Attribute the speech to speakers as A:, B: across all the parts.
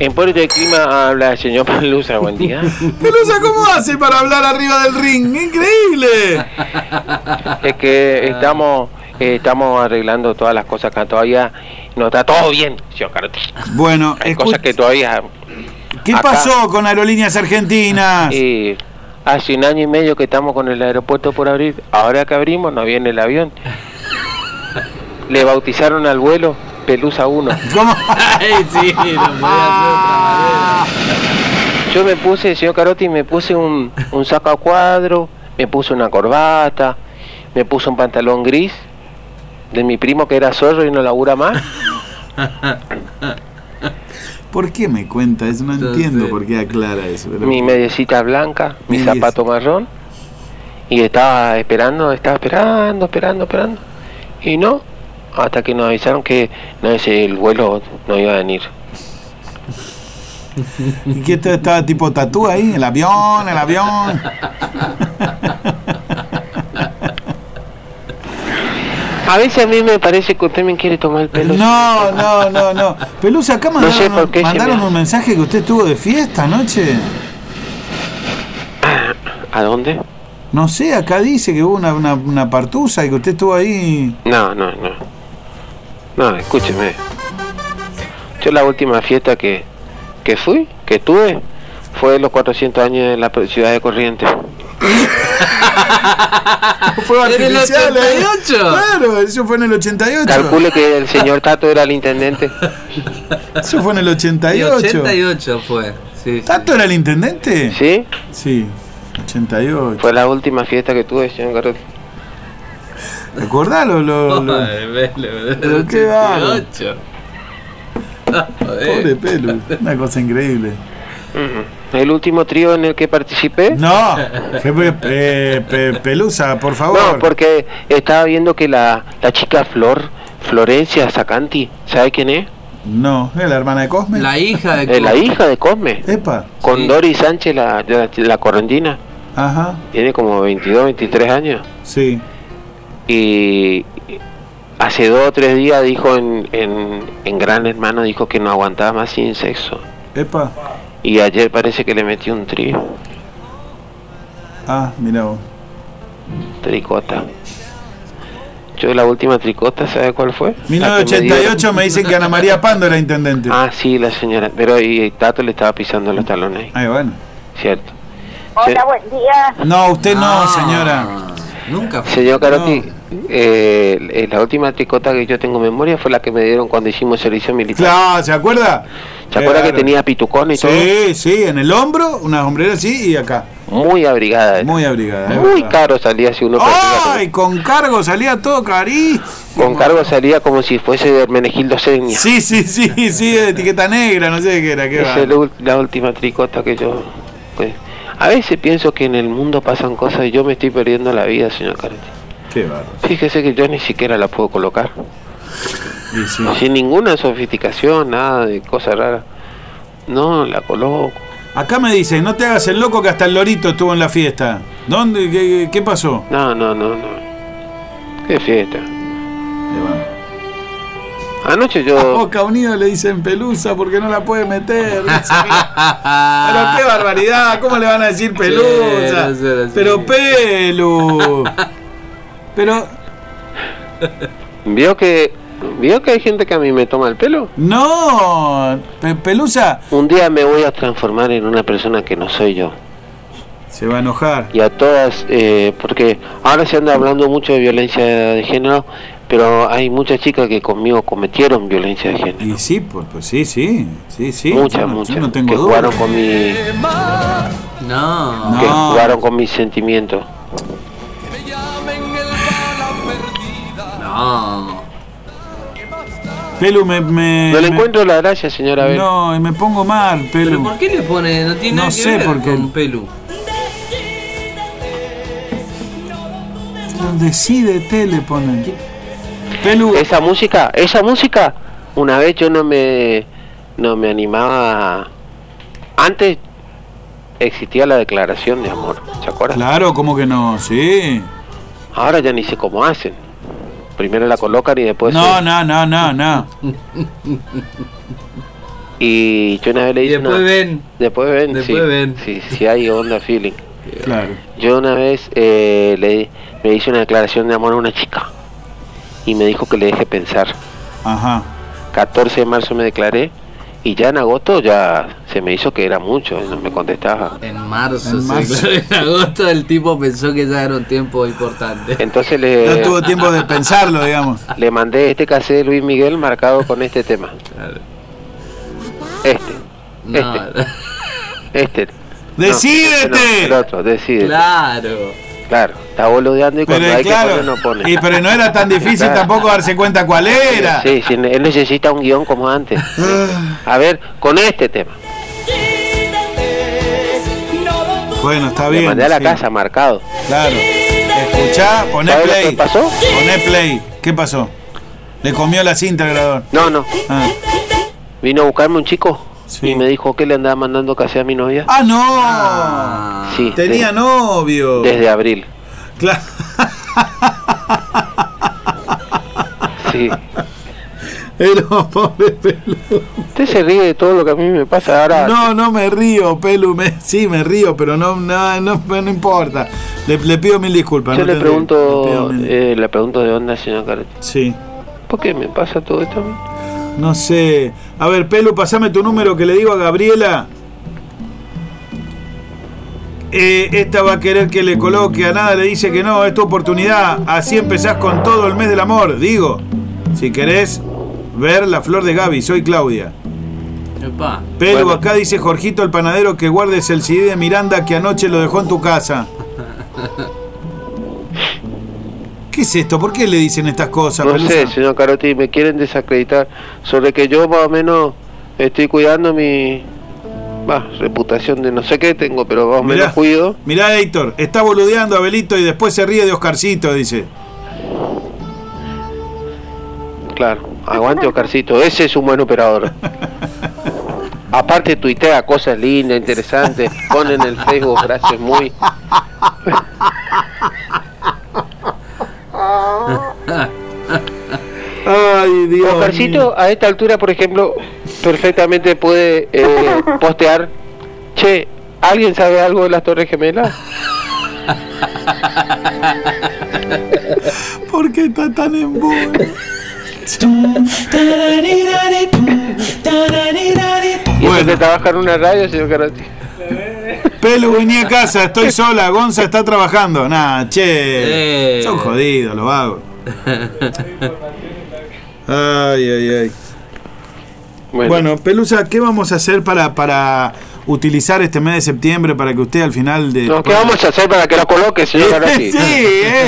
A: En Puerto de Clima habla el señor Pelusa, buen día.
B: Pelusa, ¿cómo hace para hablar arriba del ring? ¡Increíble!
A: Es que estamos, eh, estamos arreglando todas las cosas acá. Todavía no está todo bien, señor Carotti.
B: Bueno,
A: Hay
B: escu-
A: cosas que todavía...
B: ¿qué
A: acá-
B: pasó con Aerolíneas Argentinas?
A: eh, hace un año y medio que estamos con el aeropuerto por abrir. Ahora que abrimos, no viene el avión. Le bautizaron al vuelo Pelusa 1.
B: ¿Cómo?
C: Ay, sí, no podía ser de otra manera.
A: Yo me puse, señor Carotti, me puse un, un saco a cuadro, me puse una corbata, me puse un pantalón gris de mi primo que era zorro y no labura más.
B: ¿Por qué me cuenta eso? No
C: Entonces-
B: entiendo por qué aclara eso. pero-
A: mi mediecita blanca, mi
B: Medias.
A: zapato marrón. Y estaba esperando, estaba esperando, esperando, esperando. Y no, hasta que nos avisaron que no ese el vuelo no iba a venir.
B: ¿Y qué te- estaba tipo tatú ahí? ¿El avión? ¿El avión?
A: A veces a mí me parece que usted me quiere tomar el pelo.
B: No, no, no, no. Pelusa, acá mandaron,
A: sé por qué se
B: mandaron
A: me-
B: un mensaje que usted tuvo de fiesta anoche.
A: ¿A dónde?
B: No sé, acá dice que hubo una, una, una partusa y que usted estuvo ahí.
A: No, no, no. No, escúcheme. Yo la última fiesta que, que fui, que tuve, fue los 400 años en la ciudad de Corrientes.
B: Fue
C: ¿En el
B: artificial, ¿eh?
C: 88?
B: Claro, eso fue en el 88.
A: Calcule que el señor Tato era el intendente.
B: Eso fue en el
C: Y
B: 88.
C: 88 fue. Sí, sí.
B: ¿Tato era el intendente?
A: ¿Sí?
B: Sí, 88.
A: Fue la última fiesta que tuve, señor Garotti.
B: ¿Recordá lo, lo- lo-
C: Ay, Vélez,
B: Pero qué bárbaro.
C: 88. Ah, eh.
B: Pobre pelo, una cosa increíble.
A: El último trío en el que participé. No,
B: No, jefe, eh, pe- Pelusa, por favor.
A: porque estaba viendo que la, la chica Flor, Florencia Sacanti, ¿sabe quién es?
B: No, ¿es la hermana de Cosme?
C: La hija de
A: Es ¿Eh, la
C: Cosme.
A: hija de Cosme.
B: Epa,
A: Con
C: Sí.
A: Dori Sánchez, la, la, la correntina.
B: ajá,
A: Tiene como 22, 23 años.
B: sí.
A: Y hace dos o tres días dijo en, en, en Gran Hermano, dijo que no aguantaba más sin sexo.
B: Epa,
A: Y ayer parece que le metió un trío,
B: ah, mira vos.
A: tricota. Yo la última tricota, ¿sabe cuál fue? La que me dio-
B: 1988 me dicen que Ana María Pando era intendente.
A: Ah, sí, la señora. Pero y Tato le estaba pisando los talones, ahí,
B: Ay, bueno.
A: cierto.
D: Hola, buen día.
B: No, usted no,
C: Ah.
B: señora.
C: Nunca fue.
A: Señor Carotti, eh, eh, la última tricota que yo tengo en memoria fue la que me dieron cuando hicimos servicio militar.
B: Claro, ¿se acuerda?
A: ¿Se acuerda que
B: Claro.
A: tenía pitucón y
B: Sí, sí, en el hombro, unas hombreras así y acá.
A: todo? Muy abrigada.
B: Muy abrigada. ¿eh?
A: Muy caro salía si uno
B: ¡Ay!
A: practicaba.
B: Con cargo salía todo carísimo.
A: Con cargo salía como si fuese de Hermenegildo Seña.
B: Sí, sí, sí, sí, de etiqueta negra, no sé qué era, qué
A: Esa
B: va.
A: es la ul- la última tricota que yo... pues, a veces pienso que en el mundo pasan cosas y yo me estoy perdiendo la vida, señor Carotti.
B: Qué barro.
A: Fíjese que yo ni siquiera la puedo colocar.
B: Y sí.
A: Sin ninguna sofisticación, nada de cosas raras. No, la coloco.
B: Acá me dicen, no te hagas el loco que hasta el lorito estuvo en la fiesta. ¿Dónde? ¿Qué, qué pasó?
A: No, no, no, no. Qué fiesta. Anoche
B: A
A: yo...
B: Oh, Boca Unido le dicen pelusa porque no la puede meter. dice.
C: Ah,
B: Pero qué barbaridad, ¿cómo le van a decir pelusa?
C: no será así.
B: Pero pelu. Pero
A: ¿Vio que, ¿Vio que hay gente que a mí me toma el pelo?
B: no, Pe- pelusa
A: Un día me voy a transformar en una persona que no soy yo.
B: se va a enojar.
A: Y a todas, eh, porque ahora se anda hablando mucho de violencia de género, pero hay muchas chicas que conmigo cometieron violencia de género.
B: Y sí, pues, pues sí, sí, sí, sí.
A: muchas,
B: yo no, yo
A: muchas.
B: no tengo
A: que
B: duda.
A: jugaron con mi,
C: No.
B: No.
A: que jugaron con mis sentimientos.
C: No.
B: Pelu me, me-
A: No le
B: Eh, me-
A: encuentro la gracia, señora Abel.
B: No, y me pongo mal,
C: ¿Pero
B: Pelu.
C: por qué le pone? No tiene
B: No
C: nada que
B: sé
C: ver
B: por qué.
C: con Pelu.
B: Decídete le ponen. Pelu,
A: Esa música, esa música, una vez yo no me, no me animaba. Antes existía la declaración de amor, ¿se acuerdan?
B: claro, como que no, sí.
A: Ahora ya ni sé cómo hacen. Pues Primero la colocan y después.
B: no,
A: se-
B: no, no, no, no.
A: Y yo una vez le
C: Y
A: hice
C: después
A: una-
C: ven.
A: Después ven,
C: Después
A: sí,
C: ven.
A: sí, sí hay onda feeling.
B: Claro.
A: Yo una vez eh, le, le hice una declaración de amor a una chica y me dijo que le deje pensar.
B: Ajá.
A: 14 de marzo me declaré y ya en agosto ya se me hizo que era mucho, no me contestaba.
C: En marzo,
B: En
C: sí,
B: marzo.
C: claro, en agosto el tipo pensó que ya era un tiempo importante.
A: Entonces
B: No
A: le,
B: tuvo tiempo de pensarlo, digamos.
A: le mandé este cassette de Luis Miguel marcado con este tema.
C: Claro.
A: Este,
C: No,
A: este. No,
B: ¡Decídete!
A: este no, el otro, decídete. Claro.
C: claro.
A: está boludeando y cuando
B: Pero
A: hay
B: claro,
A: que poner no pone.
B: y pero no era tan difícil
A: Claro.
B: tampoco darse cuenta cuál era.
A: Sí, sí, él necesita un guión como antes.
B: Ah,
A: A ver, con este tema.
B: Bueno, está
A: Le
B: bien.
A: mandé a la
B: sí,
A: casa marcado.
B: Claro. Escuchá, poné
A: ¿Sabes lo
B: play.
A: que pasó?
B: Poné play. ¿Qué pasó? Le comió la cinta al grabador.
A: No, no.
B: Ah,
A: Vino a buscarme un chico
B: Sí.
A: y me dijo que le andaba mandando casi a mi novia.
B: ¡Ah, no!
C: Ah,
A: sí.
B: Ah, Tenía
A: de-
B: novio.
A: Ah. Desde abril.
B: Claro.
A: Sí.
B: Era pobre Pelu.
A: Usted se ríe de todo lo que a mí me pasa ahora.
B: No, no me río, Pelu. me- sí, me río, pero no, no, no, no importa. Le, le pido mil disculpas.
A: Yo
B: no
A: le
B: te-
A: pregunto,
B: pido mil-
A: eh, le pregunto de onda, señor Carete.
B: sí.
A: ¿Por qué me pasa todo esto a mí?
B: No sé. A ver, Pelu, pasame tu número que le digo a Gabriela. Eh, esta va a querer que le coloque, a nada le dice que no, es tu oportunidad. Así empezás con todo el mes del amor, digo. Si querés ver la flor de Gaby, soy Claudia.
C: Epa.
B: Pelu,
A: Bueno.
B: acá dice Jorgito el panadero que guardes el CD de Miranda que anoche lo dejó en tu casa. ¿Qué es esto? ¿Por qué le dicen estas cosas,
A: No
B: Pelusa?
A: sé, señor Carotti, me quieren desacreditar sobre que yo más o menos estoy cuidando mi bah, reputación de no sé qué tengo, pero más o menos
B: Mirá.
A: cuido.
B: Mirá, Héctor, está boludeando a Belito y después se ríe de Oscarcito, dice.
A: Claro, aguante Oscarcito, ese es un buen operador. Aparte tuitea cosas lindas, interesantes, pone en el Facebook frases muy...
B: Ay, Dios. mío.
A: Oscarcito a esta altura, por ejemplo, perfectamente puede eh, postear, che, ¿alguien sabe algo de las Torres Gemelas?
B: ¿Por qué está tan en
A: Y eso
B: Bueno.
A: que trabaja en una radio, señor Carotti.
B: Pelu, vení a casa, estoy sola, Gonza está trabajando. Nah, che.
C: Eh.
B: Son jodidos los vagos. Ay, ay, ay. Bueno, Pelusa, ¿qué vamos a hacer para, para utilizar este mes de septiembre para que usted al final de.
A: No, ¿qué vamos a hacer para que la coloque, señor Carotti?
B: sí,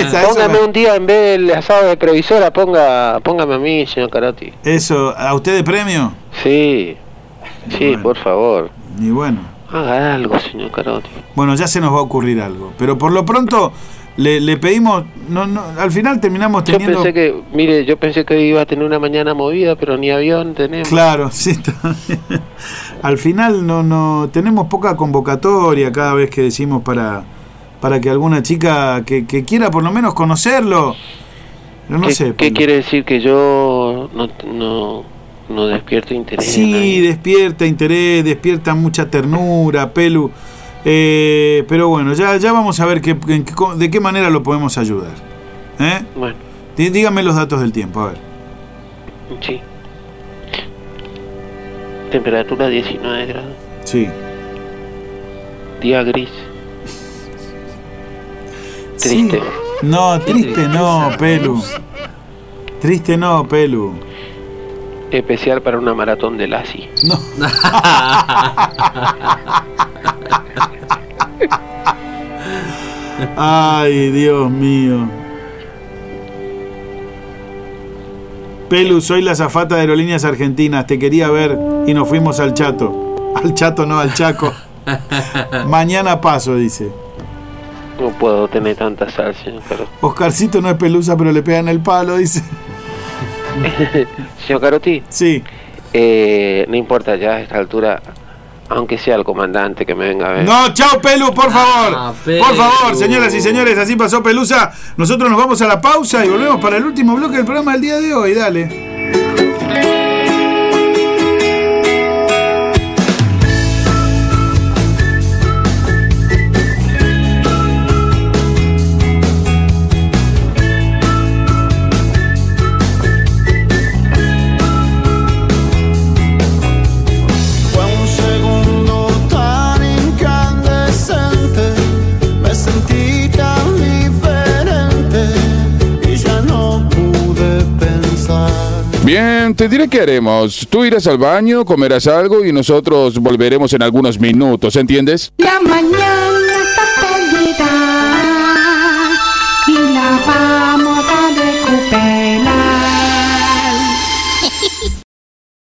B: esa, eso,
A: Póngame
B: me-
A: un día en vez del asado de previsora, ponga, póngame a mí, señor Carotti.
B: eso, ¿a usted de premio?
A: Sí, sí,
B: Bueno.
A: por favor.
B: Y bueno.
A: Haga algo, señor Carotti.
B: Bueno, ya se nos va a ocurrir algo. Pero por lo pronto le, le pedimos. No, no, al final terminamos
A: Yo
B: teniendo.
A: pensé que, mire, yo pensé que iba a tener una mañana movida, pero ni avión tenemos.
B: Claro, sí. está bien. al final no, no tenemos poca convocatoria cada vez que decimos para, para que alguna chica que, que quiera por lo menos conocerlo. Pero no
A: ¿Qué,
B: sé.
A: qué
B: Pablo.
A: quiere decir que yo no, no, no despierto interés? en
B: Sí,
A: nadie?
B: despierta interés, despierta mucha ternura, pelu. Eh, pero bueno, ya, ya vamos a ver qué- en qué- de qué manera lo podemos ayudar. ¿Eh?
A: Bueno,
B: Dí- Dígame los datos del tiempo, a ver.
A: sí. Temperatura 19 grados.
B: Sí.
A: Día gris. Triste.
B: No,
A: Este,
B: triste no, Pelu. Triste no, Pelu.
A: Especial para una maratón de Lassi.
B: No. Ay, Dios mío. Pelu, soy la zafata de Aerolíneas Argentinas. Te quería ver y nos fuimos al Chato. Al Chato, no, al Chaco. Mañana paso, dice.
A: No puedo tener tanta sal, señor Carotti.
B: Oscarcito no es pelusa, pero le pegan el palo, dice.
A: Señor Carotti,
B: Sí.
A: eh, no importa ya a esta altura, aunque sea el comandante que me venga a ver.
B: No, chao Pelu, por favor.
C: Ah,
B: Por
C: Pelu.
B: favor, señoras y señores, así pasó Pelusa. Nosotros nos vamos a la pausa y volvemos para el último bloque del programa del día de hoy. Dale.
E: Exactamente, diré qué haremos. Tú irás al baño, comerás algo y nosotros volveremos en algunos minutos, ¿entiendes?
F: La mañana está